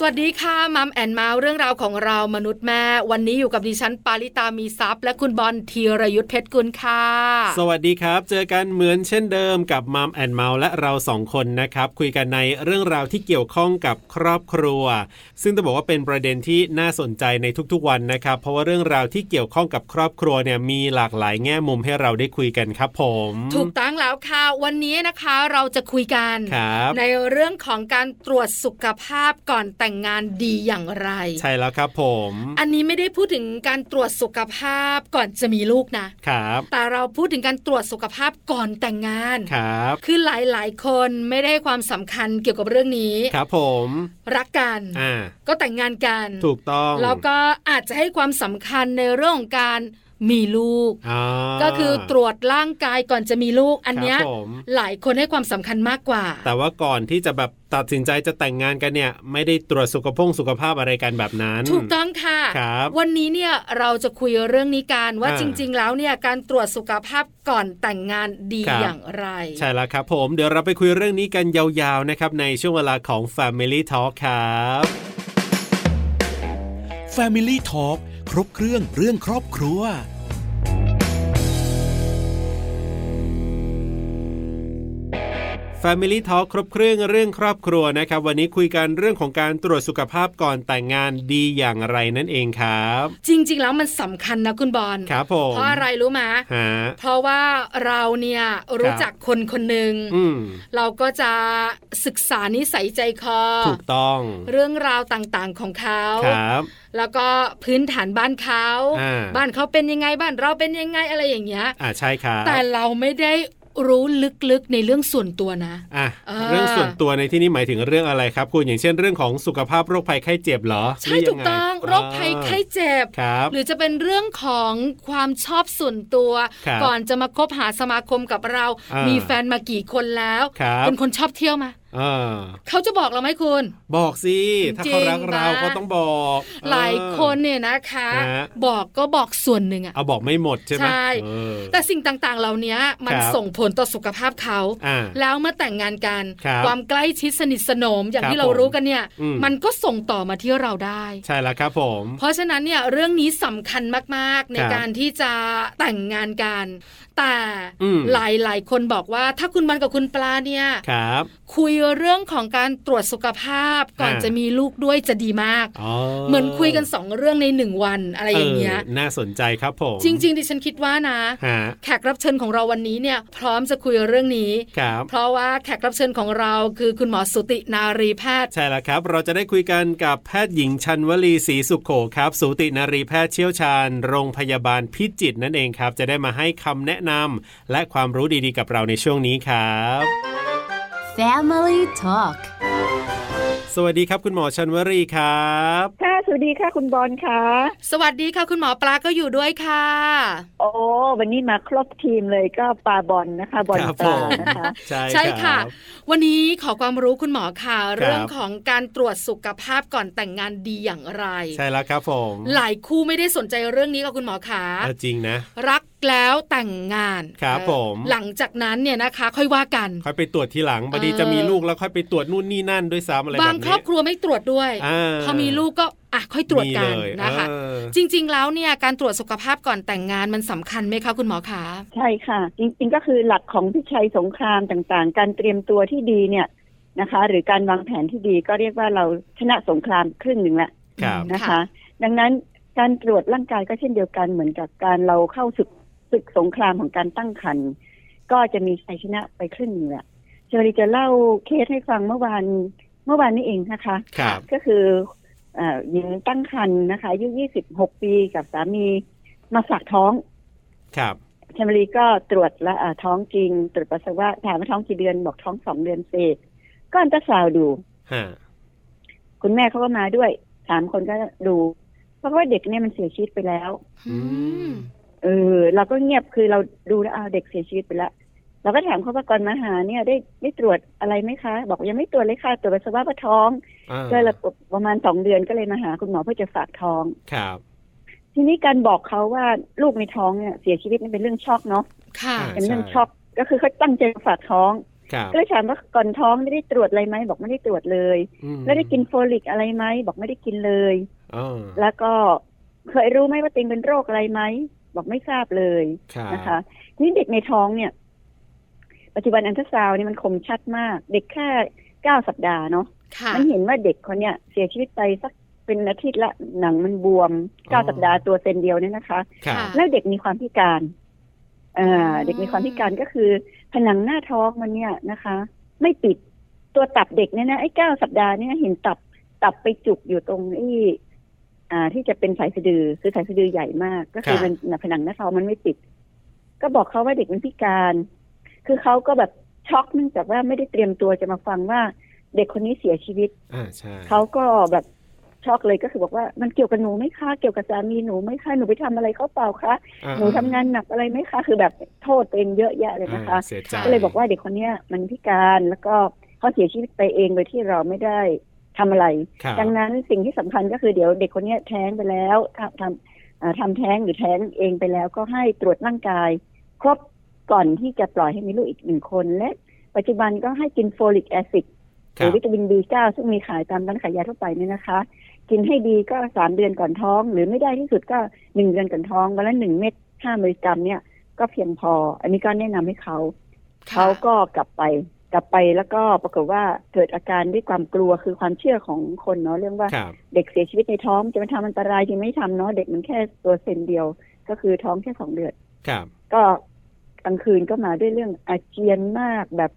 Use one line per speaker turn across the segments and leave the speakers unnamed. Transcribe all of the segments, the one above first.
สวัสดีค่ะมัมแอนเมาส์เรื่องราวของเรามนุษย์แม่ วันนี้อยู่กับดิฉันปาริตามีซัพ์และคุณบอลธีรยุทธเพชรกุลค่ะ
สวัสดีครับ เจอกันเหมือนเช่นเดิมกับมัมแอนเมาและเราสองคนนะครับ คุยกันในเรื่องราวที่เกี่ยวข้องกับครอบครัว ซึ่งต้องบอกว่าเป็นประเด็นที่น่าสนใจในทุกๆวันนะครับ เพราะว่าเรื่องราวที่เกี่ยวข้องกับครอบครัวเนี่ยมีหลากหลายแง่มุมให้เราได้คุยกันครับผม
ถูกตั้องแล้วค่ะ วันนี้นะคะเราจะคุยกัน
ครับ
ในเรื่องของการตรวจสุขภาพก่อนแต่งงานดีอย่างไร
ใช่แล้วครับผม
อันนี้ไม่ได้พูดถึงการตรวจสุขภาพก่อนจะมีลูกนะ
ครับ
แต่เราพูดถึงการตรวจสุขภาพก่อนแต่งงาน
ครับ
คือหลายๆ คนไม่ได้ให้ความสำคัญเกี่ยวกับเรื่องนี้
ครับผม
รักกัน
อ่า
ก็แต่งงานกัน
ถูกต้อง
แล้วก็อาจจะให้ความสำคัญในเรื่องของการมีลูก
อ่า
ก็คือตรวจร่างกายก่อนจะมีลูกอันเนี้ย
ครับผม
หลายคนให้ความสำคัญมากกว่า
แต่ว่าก่อนที่จะแบบตัดสินใจจะแต่งงานกันเนี่ย ไม่ได้ตรวจสุขภงสุขภาพอะไรกันแบบนั้น
ถูกต้องค่ะ
ครับ
วันนี้เนี่ยเราจะคุยเรื่องนี้กันว่า
อ่า
จริง ๆ แล้วเนี่ยการตรวจสุขภาพก่อนแต่งงานดี
ครับ
อย่างไร
ใช่แล้วครับผม เดี๋ยวเราไปคุยเรื่องนี้กันยาวๆนะครับ ในช่วงเวลาของ Family Talk ครับ
Family Talk ครบเครื่องเรื่องครอบครัว
Family Talk ครบเครื่องเรื่องครอบครัวนะครับ วันนี้คุยกันเรื่องของการตรวจสุขภาพก่อนแต่งงานดีอย่างไรนั่นเองครับ
จริง ๆ แล้วมันสำคัญนะคุณบอล
ครับผม
เพราะอะไรรู้ไหม
ฮะ
เพราะว่าเราเนี่ยรู้
ครับ
จักคนคนหนึ่ง
อืม
เราก็จะศึกษานิสัยใจคอ
ถูกต้อง
เรื่องราวต่างๆของเขา
ครับ
แล้วก็พื้นฐานบ้านเขา
อ่า
บ้านเขาเป็นยังไงบ้านเราเป็นยังไงอะไรอย่างเงี้ย
อ่าใช่ครับ
แต่เราไม่ได้รู้ลึกๆในเรื่องส่วนตัวนะ
อ่ะ
เออ
เรื่องส่วนตัวในที่นี่หมายถึงเรื่องอะไรครับ คุณอย่างเช่นเรื่องของสุขภาพโรคภัยไข้เจ็บเหรอ
ใช่
หยัไ
ถูกต้องโรคภัยไข้เจ็บ
ครับ
หรือจะเป็นเรื่องของความชอบส่วนตัว
ครับ
ก่อนจะมาคบหาสมาคมกับเรา
อ่ามี
มีแฟนมากี่คนแล้ว
ครับ
เป็นคนชอบเที่ยวมา
เออ
เขาจะบอกเราไหมคุณ
บอกสิถ้า
จริง
เขารักเรา
นะ
ก็ต้องบอกเออ
หลายคนเนี่ยนะคะ
ฮะ
บอกก็บอกส่วนหนึ่งอะ
เอาบอกไม่หมดใช่ไหม
ใช่
เออ
แต่สิ่งต่างๆ เหล่านี้มัน
ครับ
ส่งผลต่อสุขภาพเขา
อ่า
แล้วเมื่อแต่งงานกัน
ครับ
วามใกล้ชิดสนิทสนมอย่าง
ครับ
ที่เรา
ผม
รู้กันเนี่ย
อืม
มันก็ส่งต่อมาที่เราได้
ใช่แล้วครับผม
เพราะฉะนั้นเนี่ยเรื่องนี้สำคัญมากๆ ใน
ครับ
การที่จะแต่งงานกัน แต่
อืม
หลายๆ คนบอกว่าถ้าคุณบอลกับคุณปลาเนี่ย
ครับ
คุยเรื่องของการตรวจสุขภาพก่อน
อ่า
จะมีลูกด้วยจะดีมาก เหมือนคุยกันสองเรื่องในหนึ่งวันอะไรอย่างเงี้ย
น่าสนใจครับผม
จริง ๆ ดิฉันคิดว่านะ
ฮะ
แขกรับเชิญของเราวันนี้เนี่ยพร้อมจะคุยเรื่องนี้
ครับ
เพราะว่าแขกรับเชิญของเราคือคุณหมอสุตินารีแพทย์
ใช่แล้วครับ เราจะได้คุยกันกับแพทย์หญิงชันวลีศรีสุขโขครับ สูตินารีแพทย์เชี่ยวชาญ โรงพยาบาลพิจิตรนั่นเองครับ จะได้มาให้คำแนะนำและความรู้ดีๆกับเราในช่วงนี้ครับ
Family Talk
สวัสดีครับคุณหมอชันวลีครับ
ค่ะ สวัสดีค่ะคุณบอลค่ะ
สวัสดีค่ะ คุณหมอปลาก็อยู่ด้วยค่ะ
โอ้วันนี้มาครบทีมเลยก็ปลาบอลนะคะ บอล
ครับ
ป
ผ
ลาม นะคะ
ใช่
ใช่ค่ะ
รับ
วันนี้ขอความรู้คุณหมอค่ะ
ครับ
เรื่องของการตรวจสุขภาพก่อนแต่งงานดีอย่างไร
ใช่แล้วครับผม
หลายคู่ไม่ได้สนใจเรื่องนี้กับคุณหมอค่ะ
เออจริงนะ
รักแล้วแต่งงาน
ครับ
เออ
ผม
หลังจากนั้นเนี่ยนะคะ ค่อยว่ากัน
ค่อยไปตรวจทีหลังบางที
เออ
จะมีลูกแล้วค่อยไปตรวจนู่นนี่นั่นด้วยซ้ำอะไรแบบ
บา
นี้
งครอบครัวไม่ตรวจด้วย
า
พอมีลูกก็อ่ะค่อยตรวจกัน
มีเลย
นะคะ
เออ
จริง ๆ แล้วเนี่ยการตรวจสุขภาพก่อนแต่งงานมันสำคัญไหมคะคุณหมอคะ
ใช่ค่ะ จริงๆก็คือหลักของพิชัยสงครามต่างๆ การเตรียมตัวที่ดีเนี่ยนะคะ หรือการวางแผนที่ดีก็เรียกว่าเราชนะสงครามครึ่งหนึ่งแล้ว
ครับ
นะ
ค่ะ
คะ ดังนั้นการตรวจร่างกายก็เช่นเดียวกันเหมือนกับการเราเข้าศึกศึกสงครามของการตั้งครรภ์ก็จะมีชัยชนะไปครึ่งหนึ่งแหละเชอรีจะเล่าเคสให้ฟังเมื่อวานเมื่อวานนี้เองนะคะ
ครับ
ก็คือเอ่อหญิงตั้งครรภ์นะคะอายุ 26 ปีกับสามีมาฝากท้อง
ครับ
แชมรีก็ตรวจและอ่าท้องจริง ตรวจปัสสาวะถามว่าท้องกี่เดือนบอกท้องสองเดือนเศษ ก็อันตราซาวด์ดู
ฮะ
คุณแม่เขาก็มาด้วยสามคนก็ดูเพราะว่าเด็กเนี่ยมันเสียชีวิตไปแล้ว
อืม
เออเราก็เงียบคือเราดูแล้วอ้าวเด็กเสียชีวิตไปแล้วเราก็ถามเขาว่าก่อนมาหาเนี่ยได้ได้ตรวจอะไรไหมคะ บอกยังไม่ตรวจเลยค่ะตรวจปัสสาวะว่าท้อง
อ่า
ก็เลยประมาณสองเดือนก็เลยมาหาคุณหมอเพื่อจะฝากท้อง
ครับ
ทีนี้การบอกเขาว่าลูกในท้องเนี่ยเสียชีวิตนี่เป็นเรื่องช็อกเนาะ
ค่ะ
อ่า
เป็นเรื่อง
ใช่
ช็อก ก็คือเขาตั้งใจฝากท้อง
ครับ
ก็เลยถามว่าก่อนท้องไม่ได้ตรวจอะไรไหมบอกไม่ได้ตรวจเลย
อืม
แล้วได้กินโฟลิกอะไรไหมบอกไม่ได้กินเลย
อ๋อ
แล้วก็เคยรู้ไหมว่าตัวเองเป็นโรคอะไรไหมบอกไม่ทราบเลย
ครับ
นะคะ ทีนี้เด็กในท้องเนี่ย ปัจจุบันอันตราซาวน์เนี่ยมันคมชัดมาก เด็กแค่เก้าสัปดาห์เนาะ
ค่ะ
มันเห็นว่าเด็กคนเนี่ยเสียชีวิตไปสักเป็นอาทิตย์ละหนังมันบวมเก้าสัปดาห์ตัวเซนเดียวเนี่ยนะคะ
ครับ
ค่ะ
แล้วเด็กมีความพิการเอ่ออ
ม
เด็กมีความพิการก็คือผนังหน้าท้องมันเนี่ยนะคะ ไม่ปิดตัวตับเด็กเนี่ยนะไอ้เก้าสัปดาห์เนี่ยเห็นตับตับไปจุกอยู่ตรงไอ้อ่า ที่จะเป็นสายสะดือคือสายสะดือใหญ่มาก ก็คือ
ค่ะ
มันผนังหน้าท้องมันไม่ปิด ก็บอกเขาว่าเด็กมันพิการ คือเขาก็แบบช็อกเนื่องจากว่าไม่ได้เตรียมตัวจะมาฟังว่า เด็กคนนี้เสียชีวิต
อ่าใช่
เขาก็แบบช็อกเลยก็คือบอกว่ามันเกี่ยวกับหนูไหมคะเกี่ยวกับสามีหนูไหมคะหนูไปทำอะไรเขาเปล่าคะ
อ่
หนูทำงานหนักอะไรไหมคะ คือแบบโทษตัวเองเยอะแยะเลยนะคะ
อ่าเสียใจ
ก็เลยบอกว่าเด็กคนเนี้ยมันพิการแล้วก็เขาเสียชีวิตไปเองโดยที่เราไม่ได้ทำอะไร
ครับ
ดังนั้นสิ่งที่สำคัญก็คือเดี๋ยวเด็กคนเนี้ยแท้งไปแล้วทำทำอ่าทำแท้งหรือแท้งเองไปแล้วก็ให้ตรวจร่างกาย ครบก่อนที่จะปล่อยให้มีลูกอีกหนึ่งคน และปัจจุบันก็ให้กินโฟลิกแอซิด ห
ครับ
รือวิตามิน B9 ซึ่งมีขายตามร้านขายยาทั่วไปเนี่ยนะคะ กินให้ดีก็สามเดือนก่อนท้อง หรือไม่ได้ที่สุดก็หนึ่งเดือนก่อนท้องวันละหนึ่งเม็ดห้ามิลลิกรัมเนี่ยก็เพียงพอ อันนี้ก็แนะนำให้เขา
ค่ะ
เขาก็กลับไปกลับไปแล้วก็ปรากฏว่าเกิดอาการด้วยความกลัวคือความเชื่อของคนเนาะเรื่องว่า
ครับ
เด็กเสียชีวิตในท้องจะมาทำอันตรายจริงไม่ทำเนาะเด็กมันแค่ตัวเซนเดียว ก็คือท้องแค่สองเดือน
ครับ
ก็กลางคืนก็มาด้วยเรื่องอาเจียนมากแบบ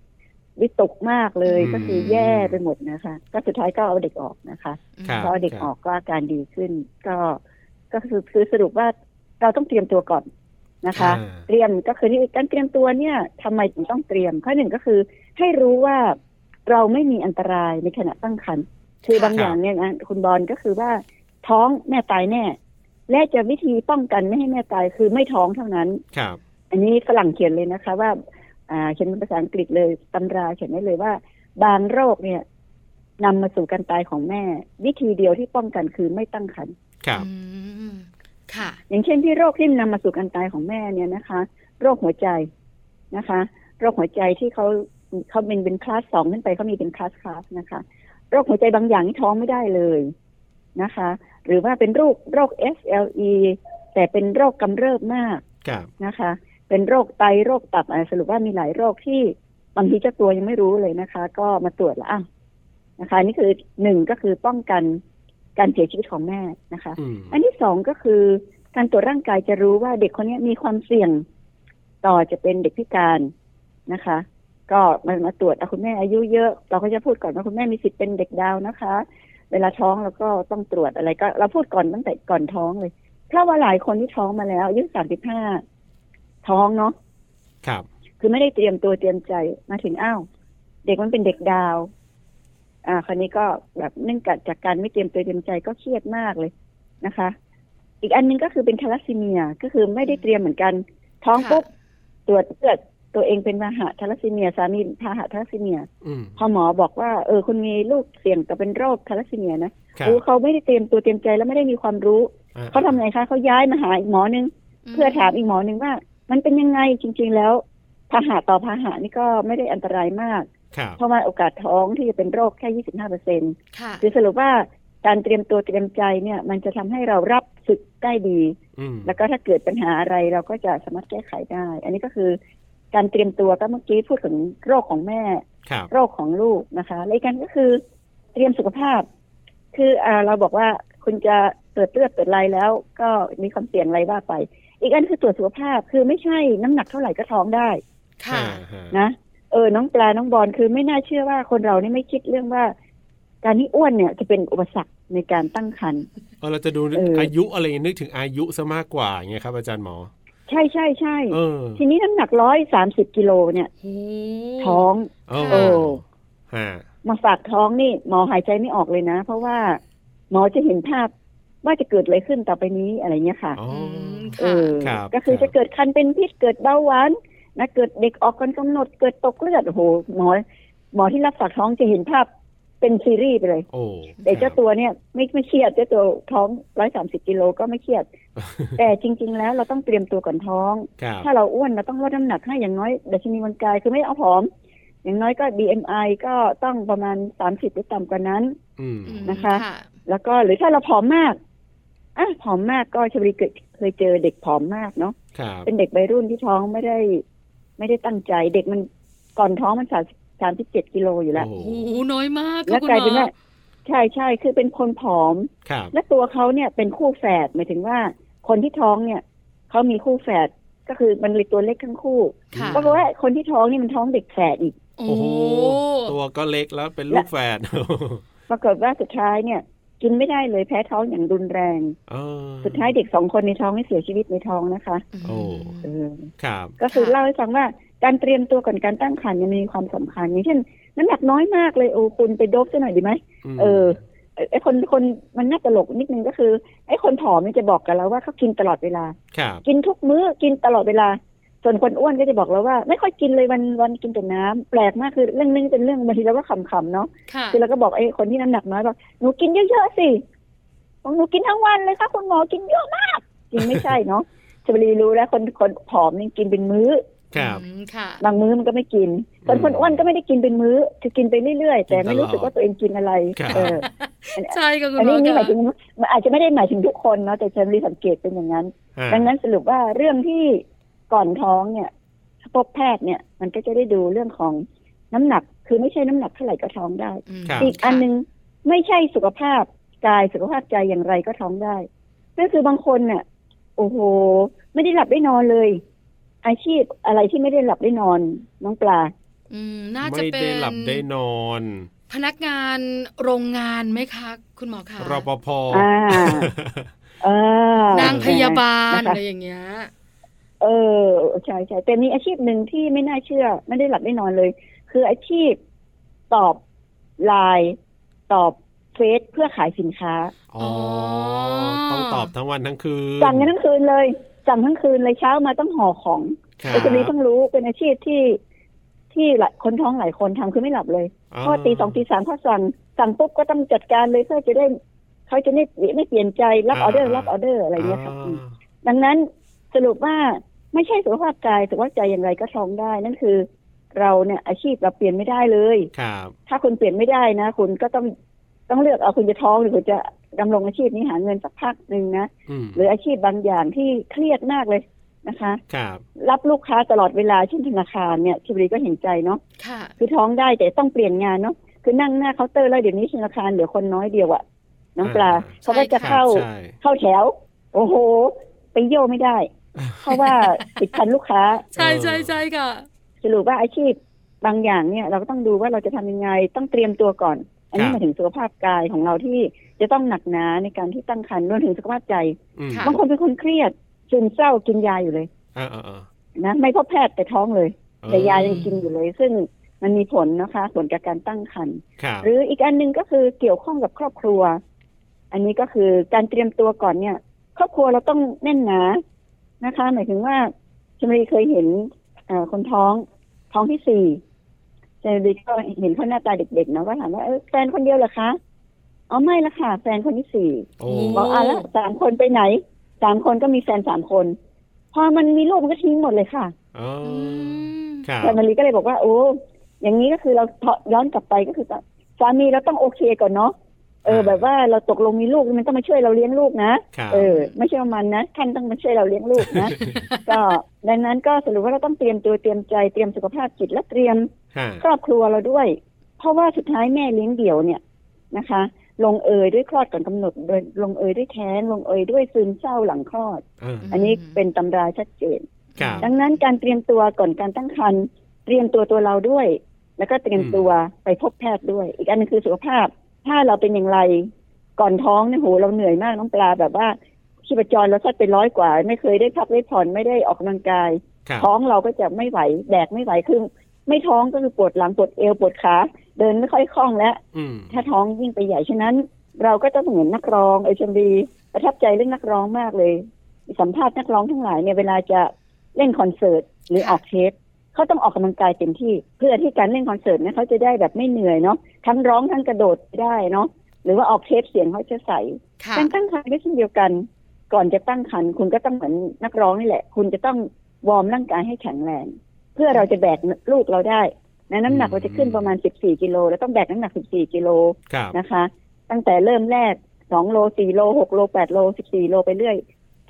วิตกมากเลยก็คือแย่ไปหมดนะคะ ก็สุดท้ายก็เอาเด็กออกนะคะ
ครับ
พอเอาเด็ก
ครับ
ออกก็อาการดีขึ้น ก็ก็คือคือสรุปว่าเราต้องเตรียมตัวก่อนนะคะ
อ่า
เตรียมก็คือที่การเตรียมตัวเนี่ยทำไมถึงต้องเตรียมข้อหนึ่งก็คือ ให้รู้ว่าเราไม่มีอันตรายในขณะตั้งครรภ์คือบางอย่างเนี่ยนะคุณบอลก็คือว่าท้องแม่ตายแน่ และจะวิธีป้องกันไม่ให้แม่ตายคือไม่ท้องเท่านั้น
ครับ
อันนี้ฝรั่งเขียนเลยนะคะ ว่า อ่าเขียนเป็นภาษาอังกฤษเลยตำราเขียนไว้เลยว่า บางโรคเนี่ยนำมาสู่การตายของแม่ วิธีเดียวที่ป้องกันคือไม่ตั้งครรภ์
ครับ
อืมค่ะ
อย่างเช่นที่โรคที่นำมาสู่การตายของแม่เนี่ยนะคะ โรคหัวใจนะคะ โรคหัวใจที่เขาเขาเป็นเป็นคลาสสองขึ้นไปเขามีเป็นคลาสคลาสนะคะ โรคหัวใจบางอย่างที่ท้องไม่ได้เลยนะคะ หรือว่าเป็นโรคโรค SLE แต่เป็นโรคกำเริบมาก
ครับ
นะคะ เป็นโรคไตโรคตับอ่ะสรุปว่ามีหลายโรคที่บางทีเจ้าตัวยังไม่รู้เลยนะคะ ก็มาตรวจแล้วอ้าวนะคะ นี่คือหนึ่งก็คือป้องกันการเสียชีวิตของแม่นะคะ
อืม
อันที่สองก็คือการตรวจร่างกายจะรู้ว่าเด็กคนนี้มีความเสี่ยงต่อจะเป็นเด็กพิการนะคะ ก็มันมาตรวจอะคุณแม่อายุเยอะ เราก็จะพูดก่อนว่าคุณแม่มีสิทธิ์เป็นเด็กดาวน์นะคะ เวลาท้องเราก็ต้องตรวจอะไรก็ เราพูดก่อนตั้งแต่ก่อนท้องเลยเพราะว่าหลายคนที่ท้องมาแล้วอายุสามสิบห้าท้องเนาะ
ครับ
คือไม่ได้เตรียมตัวเตรียมใจมาถึงอ้าวเด็กมันเป็นเด็กดาว อ่าคราวนี้ก็แบบเนื่องจากจากการไม่เตรียมตัวเตรียมใจก็เครียดมากเลยนะคะ อีกอันหนึงก็คือเป็นทาลัสซีเมียก็คือไม่ได้เตรียมเหมือนกัน ท้อง
ค่ะ
ปุ๊บตรวจเลือดตัวเองเป็นพาหะทาลัสซีเมียสามีพาหะทาลัสซีเมีย
อืม
พอหมอบอกว่าเออคุณมีลูกเสี่ยงกับเป็นโรคทาลัสซีเมียนะครับ โอ้เขาไม่ได้เตรียมตัวเตรียมใจแล้วไม่ได้มีความรู้
อ่
เขาทำไงคะเขาย้ายมาหาอีกหมอหนึ่ง เพื่อถามอีกหมอหนึ่งว่า มันเป็นยังไงจริง ๆ แล้วพาหะต่อพาหะนี่ก็ไม่ได้อันตรายมาก
ครับ
เพราะว่าโอกาสท้องที่จะเป็นโรคแค่ 25เปอร์เซ็นต์
ค่ะ
คือสรุปว่าการเตรียมตัวเตรียมใจเนี่ย มันจะทำให้เรารับสึกได้ดี
อืม
แล้วก็ถ้าเกิดปัญหาอะไรเราก็จะสามารถแก้ไขได้ อันนี้ก็คือการเตรียมตัวก็เมื่อกี้พูดถึงโรคของแม่
ครับ
โรคของลูกนะคะและอีกอันก็คือเตรียมสุขภาพ คืออาเราบอกว่าคุณจะตรวจเลือดตรวจอะไรแล้ว ก็มีความเสี่ยงอะไรว่าไป อีกอันคือตรวจสุขภาพ คือไม่ใช่น้ำหนักเท่าไหร่ก็ท้องได้
ค่ะ
อ่าฮะ
นะ เออ น้องปลา น้องบอล คือไม่น่าเชื่อว่าคนเราเนี่ยไม่คิดเรื่องว่า การที่อ้วนเนี่ยจะเป็นอุปสรรคในการตั้งครรภ์
เออเราจะดู
เอออ
อายุอะไรอย่างเงี้ยนึกถึงอายุซะมากกว่าไงยครับอาจารย์หมอ
ใช่ใช่ใช่
เออ
ทีนี้น้ำหนักร้อยสามสิบกิโลเนี่ย
โอ้
ท้อง
เออ
โอ้
ฮะ
มาฝากท้องนี่หมอหายใจไม่ออกเลยนะ เพราะว่าหมอจะเห็นภาพว่าจะเกิดอะไรขึ้นต่อไปนี้อะไรเงี้ยค่ะ
อ๋อ
ม
เอ
ค่ะ
ครั
อ
บ
ก็คือ
ครั
จะ
บ
เกิดคันเป็นพิษเกิดเบาหวานนะเกิดเด็กออกก่อนกำหนดเกิดตกเลือดโอ้โหหมอหมอที่รับฝากท้องจะเห็นภาพ เป็นซีรีส์ไปเลย
โอ้
แต่เจ้าตัวเนี่ยไม่ไม่เครียดเจ้าตัวท้องร้อยสามสิบกิโลก็ไม่เค รียด แต่จริง ๆ แล้วเราต้องเตรียมตัวก่อนท้อง
ครับ
ถ้าเราอ้วนเราต้องลดน้ำหนักให้อย่างน้อยดัชนีมวลกายคือไม่เอาผอม อย่างน้อยก็ BMI ก็ต้องประมาณ 30หรือต่ำกว่านั้น
อืม
อืม
นะคะ แล้วก็หรือถ้าเราผอมมากอ่ะผอมมากก็ชบรีเคยเคยเจอเด็กผอมมากเนาะ
ครับ
เป็นเด็กวัยรุ่นที่ท้องไม่ได้ ไม่ได้ตั้งใจ เด็กมันก่อนท้องมันสามสามสิบเจ็ดกิโลอยู่แล้ว
โอ้
โอ้โหน้อยมาก
แล้
ค่ะ
ว
คุณ
กลาย
ห
เป็น
มอ
ว่าใช่ใช่คือเป็นคนผอม
ครับ
และตัวเขาเนี่ยเป็นคู่แฝดหมายถึงว่า คนที่ท้องเนี่ยเขามีคู่แฝดก็คือมันเลยตัวเล็กทั้งคู่
ค่ะ
ก็เพราะว่าคนที่ท้องนี่มันท้องเด็กแฝดอีก
โอ้
โอ้
โห
โหตัวก็เล็กแล้วเป็นลูกแฝด
ปรากฏว่าสุดท้ายเนี่ย กินไม่ได้เลยแพ้ท้องอย่างรุนแรง
เออ
สุดท้ายเด็กสองคนในท้องนี่เสียชีวิตในท้องนะคะ
โอ้
เออ
ครับ
ก็คือเล่าให้ฟังว่าการเตรียมตัวก่อนการตั้งครรภ์เนี่ยมันมีความสำคัญอย่างเช่นน้ำหนักน้อยมากเลยโอ้คุณไปโดบซะหน่อยดีไหม
ม
เออ เอ่อไอ้คนคนมันน่าตลกนิดนึงก็คือไอ้คนผอมเนี่ยจะบอกกับเราว่าเขากินตลอดเวลา
ครับ
กินทุกมื้อกินตลอดเวลา ส่วนคนอ้วนก็จะบอกเราว่า ไม่ค่อยกินเลยวันวันกินแต่น้ำแปลกมากคือเรื่องนึงเป็นเรื่องบางทีเราก็ขำๆเนาะ
ค่ะ
คือเราก็บอกไอ้คนที่น้ำหนักน้อยบอกหนูกินเยอะๆสิบอกหนูกินทั้งวันเลยค่ะคุณหมอกินเยอะมาก จริงไม่ใช่เนาะ ชบรีรู้แล้วคนคนผอมนี่กินเป็นมื้อ
ครับ
อืมค่ะ
บางมื้อมันก็ไม่กินส่วนคนอ้วนก็ไม่ได้กินเป็นมื้อคือกินไปเรื่อยๆ แต่ไม่รู้สึกว่าตัวเองกินอะไร
ครับ
เออ
ใช่ค่ะคุณ
อัน
หม
นี้
อ
นี่หมา
ค่ะ
ยถึงมันอาจจะไม่ได้หมายถึงทุกคนเนาะแต่ชบรีสังเกตเป็นอย่างนั้น
อ่า
ดังนั้นสรุปว่าเรื่องที่ก่อนท้องเนี่ยถ้าพบแพทย์เนี่ย มันก็จะได้ดูเรื่องของน้ำหนัก คือไม่ใช่น้ำหนักเท่าไหร่ก็ท้องได้
อืม
อีกอันหนึงไม่ใช่สุขภาพกายสุขภาพใจอย่างไรก็ท้องได้นั่นคือบางคนเนี่ยโอ้โห ไม่ได้หลับได้นอนเลย อาชีพอะไรที่ไม่ได้หลับได้นอนน้องปลา
อืมน่าจะ
ไม่
เป็
ได้
น
หลับได้นอน
พนักงานโรงงานไหมคะ คุณหมอคะ
รปภ
อ่า เออน
างพยาบาล
นะคะ
อะไรอย่างเงี้ย
เออใช่ใช่แต่มีอาชีพหนึ่งที่ไม่น่าเชื่อ ไม่ได้หลับได้นอนเลย คืออาชีพตอบไลน์ตอบเฟซเพื่อขายสินค้า
อ๋อ
อ
ต้องตอบทั้งวันทั้งคืน
สั่งกันทั้งคืนเลยสั่งทั้งคืนเลยเช้ามาต้องห่อของ
ครับ
ก็จะมีต้องรู้เป็นอาชีพที่ที่หลายคนท้องหลายคนทำคือไม่หลับเลยพอตีสองตีสามเขาสั่งสั่งปุ๊บก็ต้องจัดการเลยเพื่อจะได้เขาจะไม่ไม่เปลี่ยนใจรับออเดอร์รับออเดอร์อะไรเงี้ยครับ
า
อืมดังนั้นสรุปว่าไม่ใช่สุขภาพกายสุขภาพใจอย่างไรก็ท้องได้ นั่นคือ เราเนี่ยอาชีพเราเปลี่ยนไม่ได้เลย
ครับ
ถ้าคุณเปลี่ยนไม่ได้นะ คุณก็ต้องต้องเลือกเอาคุณจะท้องหรือคุณจะดำรงอาชีพนี้หาเงินสักพักหนึ่งนะ
อืม
หรืออาชีพบางอย่างที่เครียดมากเลยนะคะ
ครับ
รับลูกค้าตลอดเวลาเช่นธนาคารเนี่ยชิบรีก็เห็นใจเนาะ
ค่ะ
คือท้องได้แต่ต้องเปลี่ยนงานเนาะคือนั่งหน้าเคาน์เตอร์แล้วเดี๋ยวนี้ธนาคารเหลือคนน้อยเดียวอะน้องปลาเขาก็จะ
ครับ
เข้า
ใช่
เข้าแถว โอ้โห ไปเยี่ยวไม่ได้ เพราะว่าติดพันลูกค้า
ใช่ใช่ใช่ค่ะ
สรุปว่าอาชีพบางอย่างเนี่ย เราก็ต้องดูว่าเราจะทำยังไงต้องเตรียมตัวก่อน อันนี้หมายถึงสุขภาพกายของเราที่จะต้องหนักหนาในการที่ตั้งครรภ์รวมถึงสุขภาพใจ
อืม
ค่ะ
บางคนเป็นคนเครียดซึมเศร้ากินยาอยู่เลย
อ่าอ่าอ่า
นะไม่พบแพทย์แต่ท้องเลย
เออ
แต่ยายังกินอยู่เลย ซึ่งมันมีผลนะคะผลกับการตั้งครรภ์
ครับ
หรืออีกอันหนึ่งก็คือเกี่ยวข้องกับครอบครัว อันนี้ก็คือการเตรียมตัวก่อนเนี่ย ครอบครัวเราต้องแน่นหนานะคะ หมายถึงว่าชมรีเคยเห็นเอ่อคนท้องท้องที่สี่ชมรีก็เห็นเขาหน้าตาเด็กๆนะก็ถามว่าเอ้ยแฟนคนเดียวเหรอคะอ๋อไม่ละค่ะ แฟนคนที่สี่
โอ้
บอกอ่ะแล้วสามคนไปไหนสามคนก็มีแฟนสามคน พอมันมีลูกมันก็ทิ้งหมดเลยค่ะ
อ๋อ
อืม
ครับ
แต่มารีก็เลยบอกว่า โอ้อย่างนี้ก็คือเราเถาะย้อนกลับไปก็คือสามีเราต้องโอเคก่อนเนาะเออ แบบว่าเราตกลงมีลูกมันต้องมาช่วยเราเลี้ยงลูกนะครับ เออ ไม่ใช่ว่ามันนะท่านต้องมาช่วยเราเลี้ยงลูก นะ ก็ดังนั้นก็สรุปว่าเราต้องเตรียมตัวเตรียมใจเตรียมสุขภาพจิตและเตรียม
ค่ะ
ครอบครัวเราด้วย เพราะว่าสุดท้ายแม่เลี้ยงเดี่ยวเนี่ยนะคะ ลงเอยด้วยคลอดก่อนกำหนดโดยลงเอยด้วยแท้งลงเอยด้วยซึมเศร้าหลังคลอด
เออ
อันนี้เป็นตำราชัดเจน
ครับ
ดังนั้นการเตรียมตัวก่อนการตั้งครรภ์เตรียมตัวตัวเราด้วย แล้วก็เตรียม
อืม
ตัวไปพบแพทย์ด้วย อีกอันหนึงคือสุขภาพ ถ้าเราเป็นอย่างไรก่อนท้องเนี่ยโหเราเหนื่อยมากน้องปลาแบบว่าชีพจรเราชัดเป็นร้อยกว่า ไม่เคยได้พักได้ผ่อนไม่ได้ออกกำลังกาย
ครับ
ท้องเราก็จะไม่ไหวแบกไม่ไหวคือไม่ท้องก็คือปวดหลังปวดเอวปวดขาเดินไม่ค่อยคล่องแล้ว
อืม
ถ้าท้องยิ่งไปใหญ่ฉะนั้น เราก็จะเหมือนนักร้องเอชมดีประทับใจเรื่องนักร้องมากเลย สัมภาษณ์นักร้องทั้งหลายเนี่ยเวลาจะเล่นคอนเสิร์ตหรือออกเทปเขาต้องออกกำลังกายเต็มที่ เพื่อที่การเล่นคอนเสิร์ตเนี่ยเขาจะได้แบบไม่เหนื่อยเนาะ ทั้งร้องทั้งกระโดดได้เนาะหรือว่าออกเทปเสียงเขาจะใส
ค่ะ
การตั้งครรภ์ก็เช่นเดียวกัน ก่อนจะตั้งครรภ์คุณก็ต้องเหมือนนักร้องนี่แหละ คุณจะต้องวอร์มร่างกายให้แข็งแรง เพื่อเราจะแบกลูกเราได้นะน้ำหนัก
อืม
เราจะขึ้นประมาณ 14 กิโลแล้วต้องแบกน้ำหนัก 14 กิโล
ครับ
นะคะ ตั้งแต่เริ่มแรก 2 โล 4 โล 6 โล 8 โล 14 โลไปเรื่อย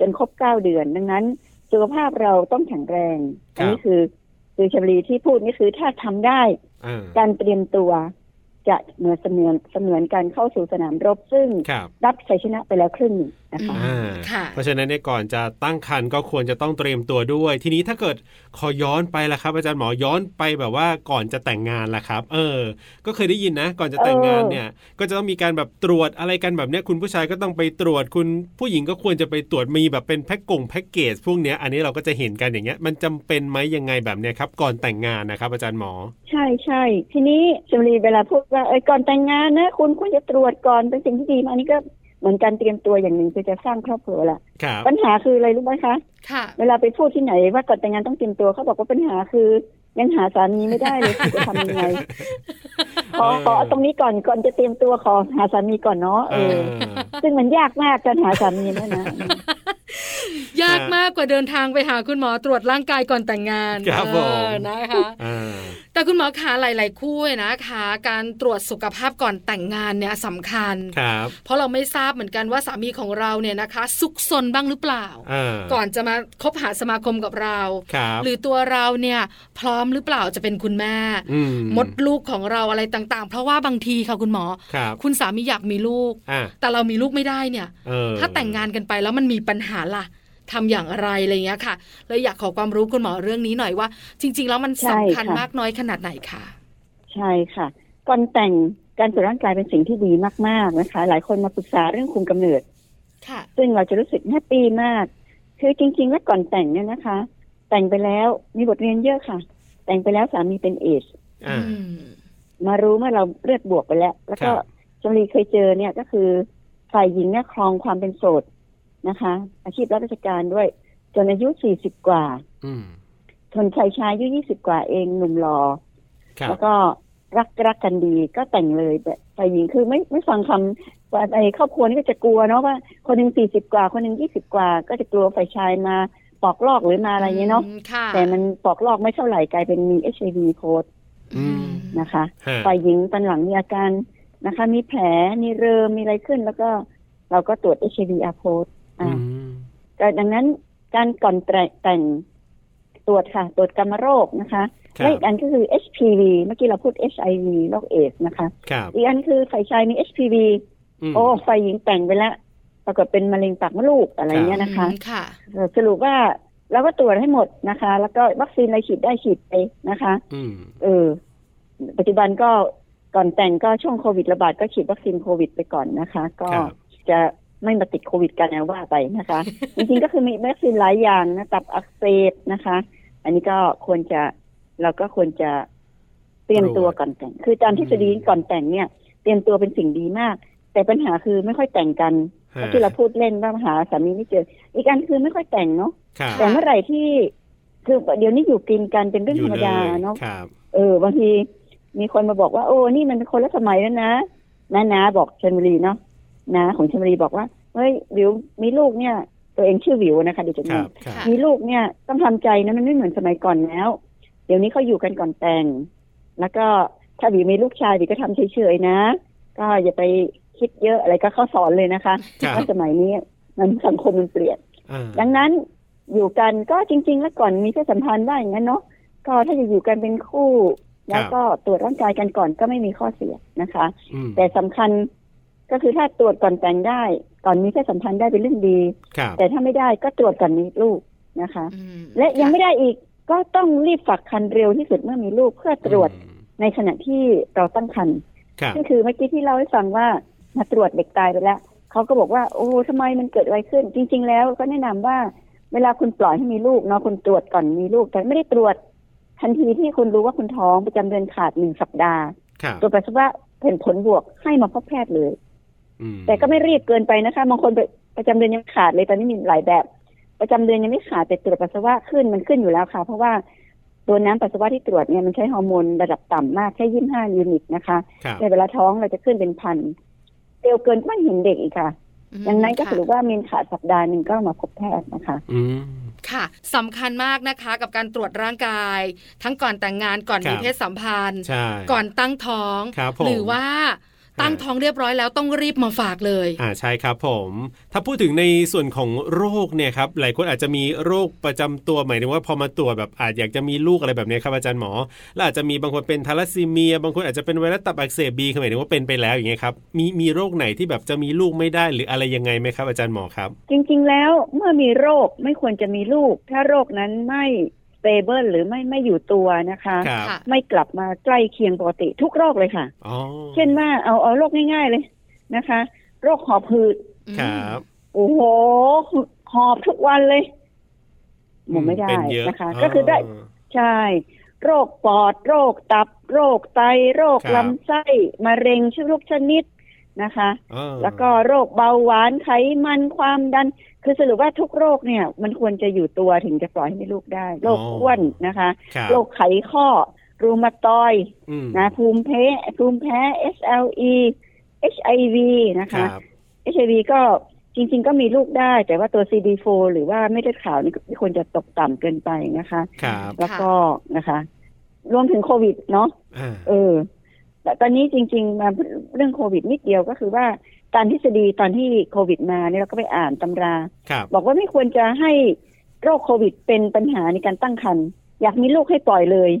จนครบ 9 เดือน ดังนั้น สุขภาพเราต้องแข็งแรง
ครับ
อันี้คือคือชมรีที่พูดนี่คือถ้าทำได้
อ่า
การเตรียมตัว จะเหมือนเสมือนเสมือนการเข้าสู่สนามรบซึ่ง
ครับ
รับชัยชนะไปแล้วครึ่งหนึ่งนะคะ
อืม
อ่า
ค่ะ
เพราะฉะนั้นเนี่ยก่อนจะตั้งครรภ์ก็ควรจะต้องเตรียมตัวด้วย ทีนี้ถ้าเกิดขอย้อนไปละครับ อาจารย์หมอย้อนไปแบบว่าก่อนจะแต่งงานละครับ เออ ก็เคยได้ยินนะ ก่อนจะแต่งงานเนี่ย ก็จะต้องมีการแบบตรวจอะไรกันแบบเนี้ยคุณผู้ชายก็ต้องไปตรวจคุณผู้หญิงก็ควรจะไปตรวจมีแบบเป็นแพ็กกงแพ็กเกจพวกเนี้ยอันนี้เราก็จะเห็นกันอย่างเงี้ย มันจำเป็นไหมยังไงแบบเนี้ยครับ ก่อนแต่งงานนะครับ อาจารย์หมอ
ใช่ใช่ทีนี้ชมรีเวลาพูดว่าเอยก่อนแต่งงานนะคุณควรจะตรวจก่อนเป็นสิ่งที่ดีมากอันนี้ก็เหมือนการเตรียมตัวอย่างหนึ่งคือจะสร้างครอบครัวละ
ครับ
ปัญหาคืออะไรรู้ไหมคะ
ค่ะ
เวลาไปพูดที่ไหนว่าก่อนแต่งงานต้องเตรียมตัวเขาบอกว่าปัญหาคือยังหาสามีไม่ได้เลยจะทำยังไงขอขอเอาตรงนี้ก่อนก่อนจะเตรียมตัวขอหาสามีก่อนเนาะเอ
เอ
อ
อ
ซึ่งมันยากมากการหาสามีเนี่ยนะ
ยากมากกว่าเดินทางไปหาคุณหมอตรวจร่างกายก่อนแต่งงาน
ครับผม
เออนะคะ
อ่า
แต่คุณหมอขาหลาย ๆ คู่เนี่ยนะคะการตรวจสุขภาพก่อนแต่งงานเนี่ยสำคัญ
ครับ
เพราะเราไม่ทราบเหมือนกันว่าสามีของเราเนี่ยนะคะ ซุกซนบ้างหรือเปล่า
อ่า
ก่อนจะมาคบหาสมาคมกับเรา
ครับ
หรือตัวเราเนี่ยพร้อมหรือเปล่าจะเป็นคุณแม่
ม
มดลูกของเราอะไรต่างๆ เพราะว่าบางทีค่ะคุณหมอ
ครับ
คุณสามีอยากมีลูก
อ่า
แต่เรามีลูกไม่ได้เนี่ย
เออ
ถ้าแต่งงานกันไปแล้วมันมีปัญหาล่ะทำอย่างไรอะไรอย่างเงี้ยค่ะเลยอยากขอความรู้คุณหมอเรื่องนี้หน่อยว่า จริง ๆ แล้วมัน
ใช่
สำคัญ
ค่ะ
มากน้อยขนาดไหนค่ะ
ใช่ค่ะ ก่อนแต่งการตรวจร่างกายเป็นสิ่งที่ดีมากๆนะคะ หลายคนมาปรึกษาเรื่องคุมกำเนิด
ค่ะ
ซึ่งเราจะรู้สึกแฮปปี้มาก คือจริงๆ แล้วก่อนแต่งเนี่ยนะคะ แต่งไปแล้วมีบทเรียนเยอะค่ะ แต่งไปแล้วสามีเป็นเอช
อ่า
อืม
มารู้เมื่อเราเลือดบวกไปแล้ว แล้วก็
ครับ
จำรีเคยเจอเนี่ยก็คือฝ่ายหญิงเนี่ยครองความเป็นโสดนะคะ อาชีพรับราชการด้วย จนอายุสี่สิบกว่า
อืม
ทนชายชายอายุยี่สิบกว่าเองหนุ่มหล่อ
ครับ
แล้วก็รักรักกันดีก็แต่งเลยแต่ฝ่ายหญิงคือไม่ไม่ฟังคำว่าไอ้ครอบครัวนี่ก็จะกลัวเนาะว่าคนหนึ่งสี่สิบกว่า คนหนึ่งยี่สิบกว่า ก็จะกลัวฝ่ายชายมาปอกลอกหรือมาอะไรเงี้ยเนาะ
ค่ะ
แต่มันปอกลอกไม่เท่าไหร่กลายเป็นมีเอชไอวีโพสต์
อืม
นะคะ
ฮะ
ฝ่ายหญิงตอนหลังมีอาการนะคะ มีแผลมีเริมมีอะไรขึ้น แล้วก็เราก็ตรวจเอชไอวีอาโพสต์
อื
อ่า
ม
ก็ดังนั้นการก่อนแต่งตรวจค่ะ ตรวจกรรมโรคนะคะ
ครับ
และอีกอันก็คือ HPV เมื่อกี้เราพูด HIV โรคเอดส์นะคะ
ครับ
อีกอันคือฝ่ายชายมี HPV
ม
โอ้ฝ่ายหญิงแต่งไปแล้วปรากฏเป็นมะเร็งปากมดลูกอะไรเงี้ยนะคะ
อืมค่ะ
เออสรุปว่าเราก็ตรวจให้หมดนะคะ แล้วก็วัคซีนอะไรฉีดได้ฉีดไปนะคะ
อืม
เออ ปัจจุบันก็ก่อนแต่งก็ช่วงโควิดระบาดก็ฉีดวัคซีนโควิดไปก่อนนะคะ ก็
ครับ
จะไม่มาติดโควิดกันนะว่าไปนะคะ จริงๆก็คือมีวัคซีนหลายอย่างนะตับอักเสบนะคะ อันนี้ก็ควรจะเราก็ควรจะเตรียมตัวก่อนแต่ง คือตามทฤษฎีก่อนแต่งเนี่ย เตรียมตัวเป็นสิ่งดีมาก แต่ปัญหาคือไม่ค่อยแต่งกัน
ฮะ
ที่เราพูดเล่นว่าหาสามีไม่เจอ อีกอันคือไม่ค่อยแต่งเนาะ
ครั
แต่
บ
เมื่อไหร่ที่ คือเดี๋ยวนี้อยู่กินกันเป็นเรื่องธรรมดา
อยู่ลย
เนาะ
ครับ
เออบางทีมีคนมาบอกว่า โอ้นี่มันเป็นคนละสมัยแล้วนะน้านาบอกชนบุรีเนาะนาของชนบุรีบอกว่าเฮ้ยวิวมีลูกเนี่ย ตัวเองชื่อวิวนะคะเดี๋ยวจะ
ค
มี
รับครับ
มีลูกเนี่ยต้องทำใจนะมันไม่เหมือนสมัยก่อนแล้ว เดี๋ยวนี้เขาอยู่กันก่อนแต่ง แล้วก็ถ้าวิวมีลูกชายวิวก็ทำเฉยๆนะ ก็อย่าไปคิดเยอะอะไรก็เข้าสอนเลยนะคะ
ครับ
ว่าสมัยนี้มันสังคมมันเปลี่ยน
อ่า
ดังนั้นอยู่กันก็จริง ๆ แล้วก่อนมีเพศสัมพันธ์ได้อย่างนั้นเนาะก็ถ้าจะอยู่กันเป็นคู่ แล้วก็ตรวจร่างกายกันก่อนก็ไม่มีข้อเสียนะคะ
อืม
แต่สำคัญก็คือถ้าตรวจก่อนแต่งได้ ก่อนมีเพศสัมพันธ์ได้เป็นเรื่องดี
ครับ
แต่ถ้าไม่ได้ก็ตรวจก่อนมีลูกนะคะ
อืม
และยัง
ค่
ไม่ได้อีกก็ต้องรีบฝากคันเร็วที่สุดเมื่อมีลูกเพื่อตรวจ
อืม
ในขณะที่เราตั้งครรภ์
ครับ
ก็คือเมื่อกี้ที่เล่าให้ฟังว่ามาตรวจเด็กตายไปแล้วเขาก็บอกว่าโอ้ทำไมมันเกิดอะไรขึ้น จริง ๆ แล้วก็แนะนำว่า เวลาคุณปล่อยให้มีลูกเนาะคุณตรวจก่อนมีลูกแต่ไม่ได้ตรวจ ทันทีที่คุณรู้ว่าคุณท้องประจำเดือนขาดหนึ่งสัปดาห์
ครับ
ตรวจปัสสาวะเห็นผลบวกให้มาพบแพทย์เลย
อื
แต่ก็ไม่รีบเกินไปนะคะบางคนประจำเดือนยังขาดเลยตอนนี้มีหลายแบบ ประจำเดือนยังไม่ขาดแต่ตรวจปัสสาวะขึ้นมันขึ้นอยู่แล้วค่ะ เพราะว่าต ตัวน้ำปัสสาวะที่ตรวจเนี่ยมันใช้ฮอร์โมนระดับต่ำมากแค่ยี่ห้ายูนิตนะคะ
ครับ
ในเวลาท้องเราจะขึ้นเป็นพันเร็วเกินไม่เห็นเด็กอีกค่ะ ดังนั้นก็
ค่ะ
สรุปว่ามีนขาดสัปดาห์หนึ่งก็มาพบแพทย์นะคะ
อืม
ค่ะสำคัญมากนะคะกับการตรวจร่างกาย ทั้งก่อนแต่งงานก่อน
ครั
มี
บ
เพศสัมพันธ์
ใช่
ก่อนตั้งท้อง
ครับผม
หรือว่าตั้ง
อ่า
ท้องเรียบร้อยแล้วต้องรีบมาฝากเลย
อ่าใช่ครับผม ถ้าพูดถึงในส่วนของโรคเนี่ยครับหลายคนอาจจะมีโรคประจำตัวหมายถึงว่าพอมาตรวจแบบอาจอยากจะมีลูกอะไรแบบเนี้ยครับอาจารย์หมอ แล้วอาจจะมีบางคนเป็นทาลัสซีเมีย บางคนอาจจะเป็นไวรัสตับอักเสบบีคือหมายถึงว่าเป็นไปแล้วอย่างเงี้ยครับมีมีโรคไหนที่แบบจะมีลูกไม่ได้หรืออะไรยังไงไหมครับอาจารย์หมอครับ
จริงๆ แล้วเมื่อมีโรคไม่ควรจะมีลูก ถ้าโรคนั้นไม่สเตเบิลหรือไม่ไม่อยู่ตัวนะคะ
ครับ
ค่ะ
ไม่กลับมาใกล้เคียงปกติทุกโรคเลยค่ะ
อ๋อ
เช่นว่าเอาเอาโรคง่าย ๆเลยนะคะ โรคหอบหืด
ครับ
โอ้โหหอบทุกวันเลยหมดไม่ได้
เป็นเยอะ
นะคะ
อ๋อ
ก็คือได้ใช่ โรคปอด โรคตับ โรคไต โรค
ครับ
ลำไส้มะเร็งชื่อทุกชนิดนะคะ
อ๋อ
แล้วก็โรคเบาหวานไขมันความดัน คือสรุปว่าทุกโรคเนี่ย มันควรจะอยู่ตัวถึงจะปล่อยให้มีลูกได้ โรคอ้วนนะคะ
ครับ
โรคไขข้อ รูมาตอยด์
อืม
นะภูมิแพ้ภูมิแพ้ SLE HIV นะ
ค
คะ
รับ
HIV ก็จริง ๆ ก็มีลูกได้ แต่ว่าตัว CD4 หรือว่าไม่เลือดขาวนี่ไม่ควรจะตกต่ำเกินไปนะคะ
ครับ
แล้วก็นะคะ รวมถึงโควิดเนาะ
อ่า
เออ แต่ตอนนี้จริง ๆ มาเรื่องโควิดนิดเดียวก็คือว่าตามทฤษฎีตอนที่โควิดมาเนี่ยเราก็ไปอ่านตำรา
ครับ
บอกว่าไม่ควรจะให้โรคโควิดเป็นปัญหาในการตั้งครรภ์อยากมีลูกให้ปล่อยเลย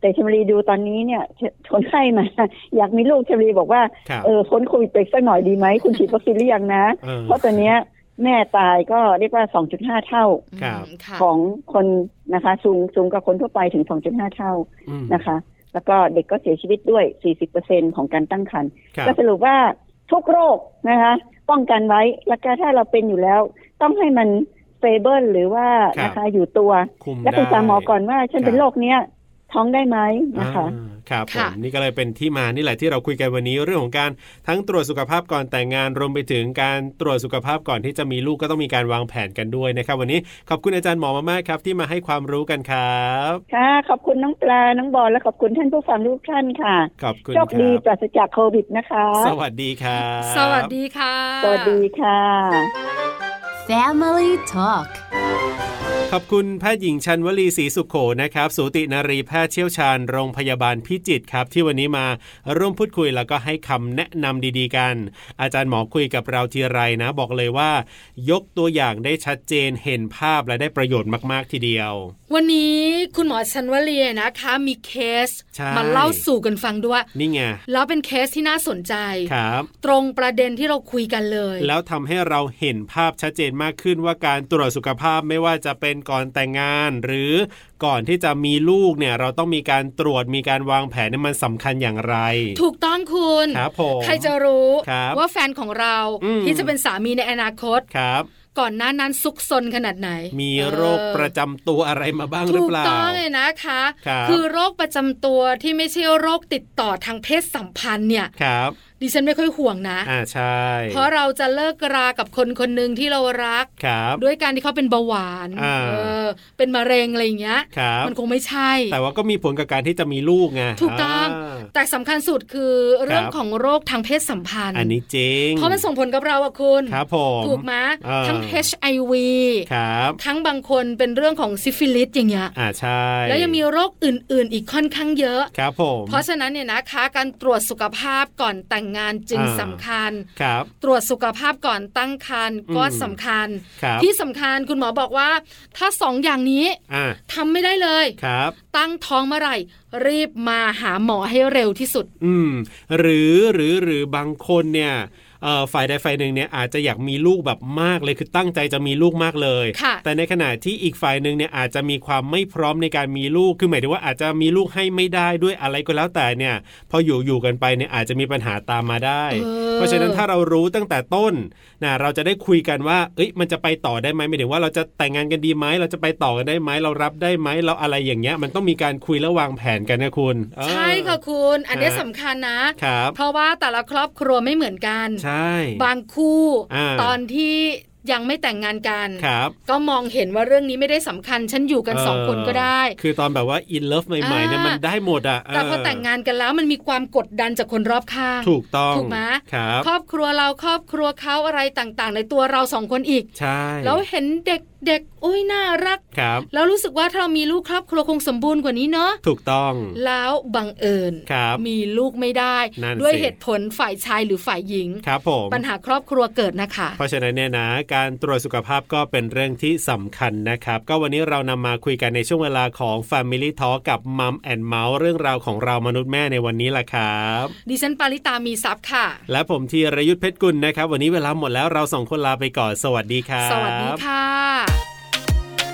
แต่ชมรีดูตอนนี้เนี่ย คนไข้มา อยากมีลูกชมรีบอกว่า
ครับ
เออพ้นโควิดไปสักหน่อยดีไหมคุณฉีดวัคซีนหรือยังนะ
เออ
เพราะตอนเนี้ยแม่ตายก็เรียกว่า 2.5 เท่า
อืม
ครับ
ค่ะ
ของคนนะคะสูงสูงกว่าคนทั่วไปถึง 2.5 เท่า
อืม
นะคะ แล้วก็เด็กก็เสียชีวิตด้วย 40%ของการตั้งครรภ์
ครับ
ก็สรุปว่าทุกโรคนะคะ ป้องกันไว้ แล้วก็ถ้าเราเป็นอยู่แล้ว ต้องให้มันเฟเบิลหรือว่านะคะ อยู่ตัว
คุม
และปรึกษาหมอ
ได้
ก่อนว่าฉันเป็นโรคเนี้ยท้องได้ไหมนะคะ
อ่าครับผมนี่ก็เลยเป็นที่มานี่แหละที่เราคุยกันวันนี้เรื่องของการทั้งตรวจสุขภาพก่อนแต่งงานรวมไปถึงการตรวจสุขภาพก่อนที่จะมีลูกก็ต้องมีการวางแผนกันด้วยนะครับ วันนี้ขอบคุณอาจารย์หมอมากๆครับ ที่มาให้ความรู้กันครับ
ค่ะ ขอบคุณน้องปลา น้องบอล และขอบคุณท่านผู้ฟังทุกท่านค่ะ
ขอบคุณ
โช
ครั
คดี
บ
ปราศจากโควิดนะคะ
สวัสดีครับ
สวัสดีค่ะ
สวัสดีค่ะ
Family Talk
ขอบคุณแพทย์หญิงชันวลีศรีสุขโขนะครับ สูตินรีแพทย์เชี่ยวชาญโรงพยาบาลพิจิตรครับ ที่วันนี้มาร่วมพูดคุยแล้วก็ให้คำแนะนำดีๆกัน อาจารย์หมอคุยกับเราทีไรนะ บอกเลยว่า ยกตัวอย่างได้ชัดเจนเห็นภาพและได้ประโยชน์มากๆทีเดียว
วันนี้คุณหมอชันวลีนะคะ มีเคส
ใช่
มาเล่าสู่กันฟังด้วย
นี่ไง
แล้วเป็นเคสที่น่าสนใจ
ครับ
ตรงประเด็นที่เราคุยกันเลย
แล้วทำให้เราเห็นภาพชัดเจนมากขึ้นว่าการตรวจสุขภาพไม่ว่าจะเป็นก่อนแต่งงาน หรือก่อนที่จะมีลูกเนี่ยเราต้องมีการตรวจมีการวางแผนเนี่ยมันสำคัญอย่างไร
ถูกต้องคุณ
ครับผม
ใครจะรู้
ครับ
ว่าแฟนของเรา
อืม
ที่จะเป็นสามีในอนาคต
ครับ
ก่อนหน้านั้นซุกซนขนาดไหน
มี
เออ
โรคประจำตัวอะไรมาบ้างหรือ
ถูก
เปล่า
ต้องเลยนะคะ
ครับ
อโรคประจำตัวที่ไม่ใช่โรคติดต่อทางเพศสัมพันธ์เนี่ย
ครับ
ดิฉันไม่ค่อยห่วงนะ
อ่าใช่
เพราะเราจะเลิกรากับคนคนหนึ่งที่เรารัก
ครับ
ด้วยการที่เขาเป็นเบาหวาน
อ่า
เออ เป็นมะเร็งอะไรอย่างเงี้ย
ครับ
มันคงไม่ใช่
แต่ว่าก็มีผลกับการที่จะมีลูกไง
ถูกต้อง
า
แต่สำคัญสุดคือเรื่อง
ครับ
ของโรคทางเพศสัมพันธ์
อันนี้จริง
เพราะมันส่งผลกับเราอะคุณ
ครับผม
ถูกไหม
เออ
ทั้ง HIV
ครับ
ทั้งบางคนเป็นเรื่องของซิฟิลิสอย่างเงี้ย
อ่าใช่
แล้วยังมีโรคอื่น ๆ อีกค่อนข้างเยอะ
ครับผม
เพราะฉะนั้นเนี่ยนะคะการตรวจสุขภาพก่อนแต่งงานจึง
อ่า
สำคัญ
ครับ
ตรวจสุขภาพก่อนตั้งครรภ์ก็
อืม
สำคัญ
ครับ
ที่สำคัญคุณหมอบอกว่า ถ้าสองอย่างนี้
อ่า
ทำไม่ได้เลย
ครับ
ตั้งท้องเมื่อไหร่ รีบมาหาหมอให้เร็วที่สุด
อืม หรือหรือหรือบางคนเนี่ยเอ่อฝ่ายใดฝ่ายหนึ่งเนี่ยอาจจะอยากมีลูกแบบมากเลยคือตั้งใจจะมีลูกมากเลย
ค่ะ
แต่ในขณะที่อีกฝ่ายหนึ่งเนี่ยอาจจะมีความไม่พร้อมในการมีลูกคือหมายถึงว่าอาจจะมีลูกให้ไม่ได้ด้วยอะไรก็แล้วแต่เนี่ย พออยู่อยู่กันไปเนี่ยอาจจะมีปัญหาตามมาได้ เพราะฉะนั้นถ้าเรารู้ตั้งแต่ต้นนะเราจะได้คุยกันว่า เอ้ยมันจะไปต่อได้ไหมหมายถึงว่าเราจะแต่งงานกันดีไหมเราจะไปต่อกันได้ไหมเรารับได้ไหมเราอะไรอย่างเงี้ย มันต้องมีการคุยและวางแผนกันนะคุณเออ
ใช่ค่ะคุณ อันเนี้ย
ฮะ
สำคัญนะ
ครับ
เพราะว่าแต่ละครอบครัวไม่เหมือนกัน
ใช่
บางคู่
อ่า
ตอนที่ ยังไม่แต่งงานกัน
ครับ
ก็มองเห็นว่าเรื่องนี้ไม่ได้สำคัญ ฉันอยู่กันสองคนก็ได้
คือตอนแบบว่าอินเลิฟใหม่ๆเนี่ย
อ่ามั
มันได้หมดอ่ะ
แต่พอแต่งงานกันแล้วมันมีความกดดันจากคนรอบข้าง
ถูกต้อง
ถูกไหม
ครับ
ครอบครัวเราครอบครัวเขาอะไรต่างๆ ในตัวเราสองคนอีก
ใช่
แล้วเห็นเด็กๆอุ้ยน่ารัก
ครับ
แล้วรู้สึกว่าถ้าเรามีลูกครอบครัวคงสมบูรณ์กว่านี้เนาะ
ถูกต้อง
แล้วบังเอิญ
ครับ
มีลูกไม่ได้
นั่น
ด้วย
สิ
เหตุผลฝ่ายชายหรือฝ่ายหญิง
ครับผม
ปัญหาครอบครัวเกิดนะคะ
เพราะฉะนั้นเนี่ยนะการตรวจสุขภาพก็เป็นเรื่องที่สำคัญนะครับ ก็วันนี้เรานำมาคุยกันในช่วงเวลาของ Family Talk กับมัมแอนเมาส์เรื่องราวของเรามนุษย์แม่ในวันนี้แหละครับ
ดิฉันปาริตามีซัพ์ค่ะ
และผมธีรยุทธเพชรกุลนะครับ วันนี้เวลาหมดแล้วเราสองคนลาไปก่อนสวัสดีครับ
สวัสดีค่ะ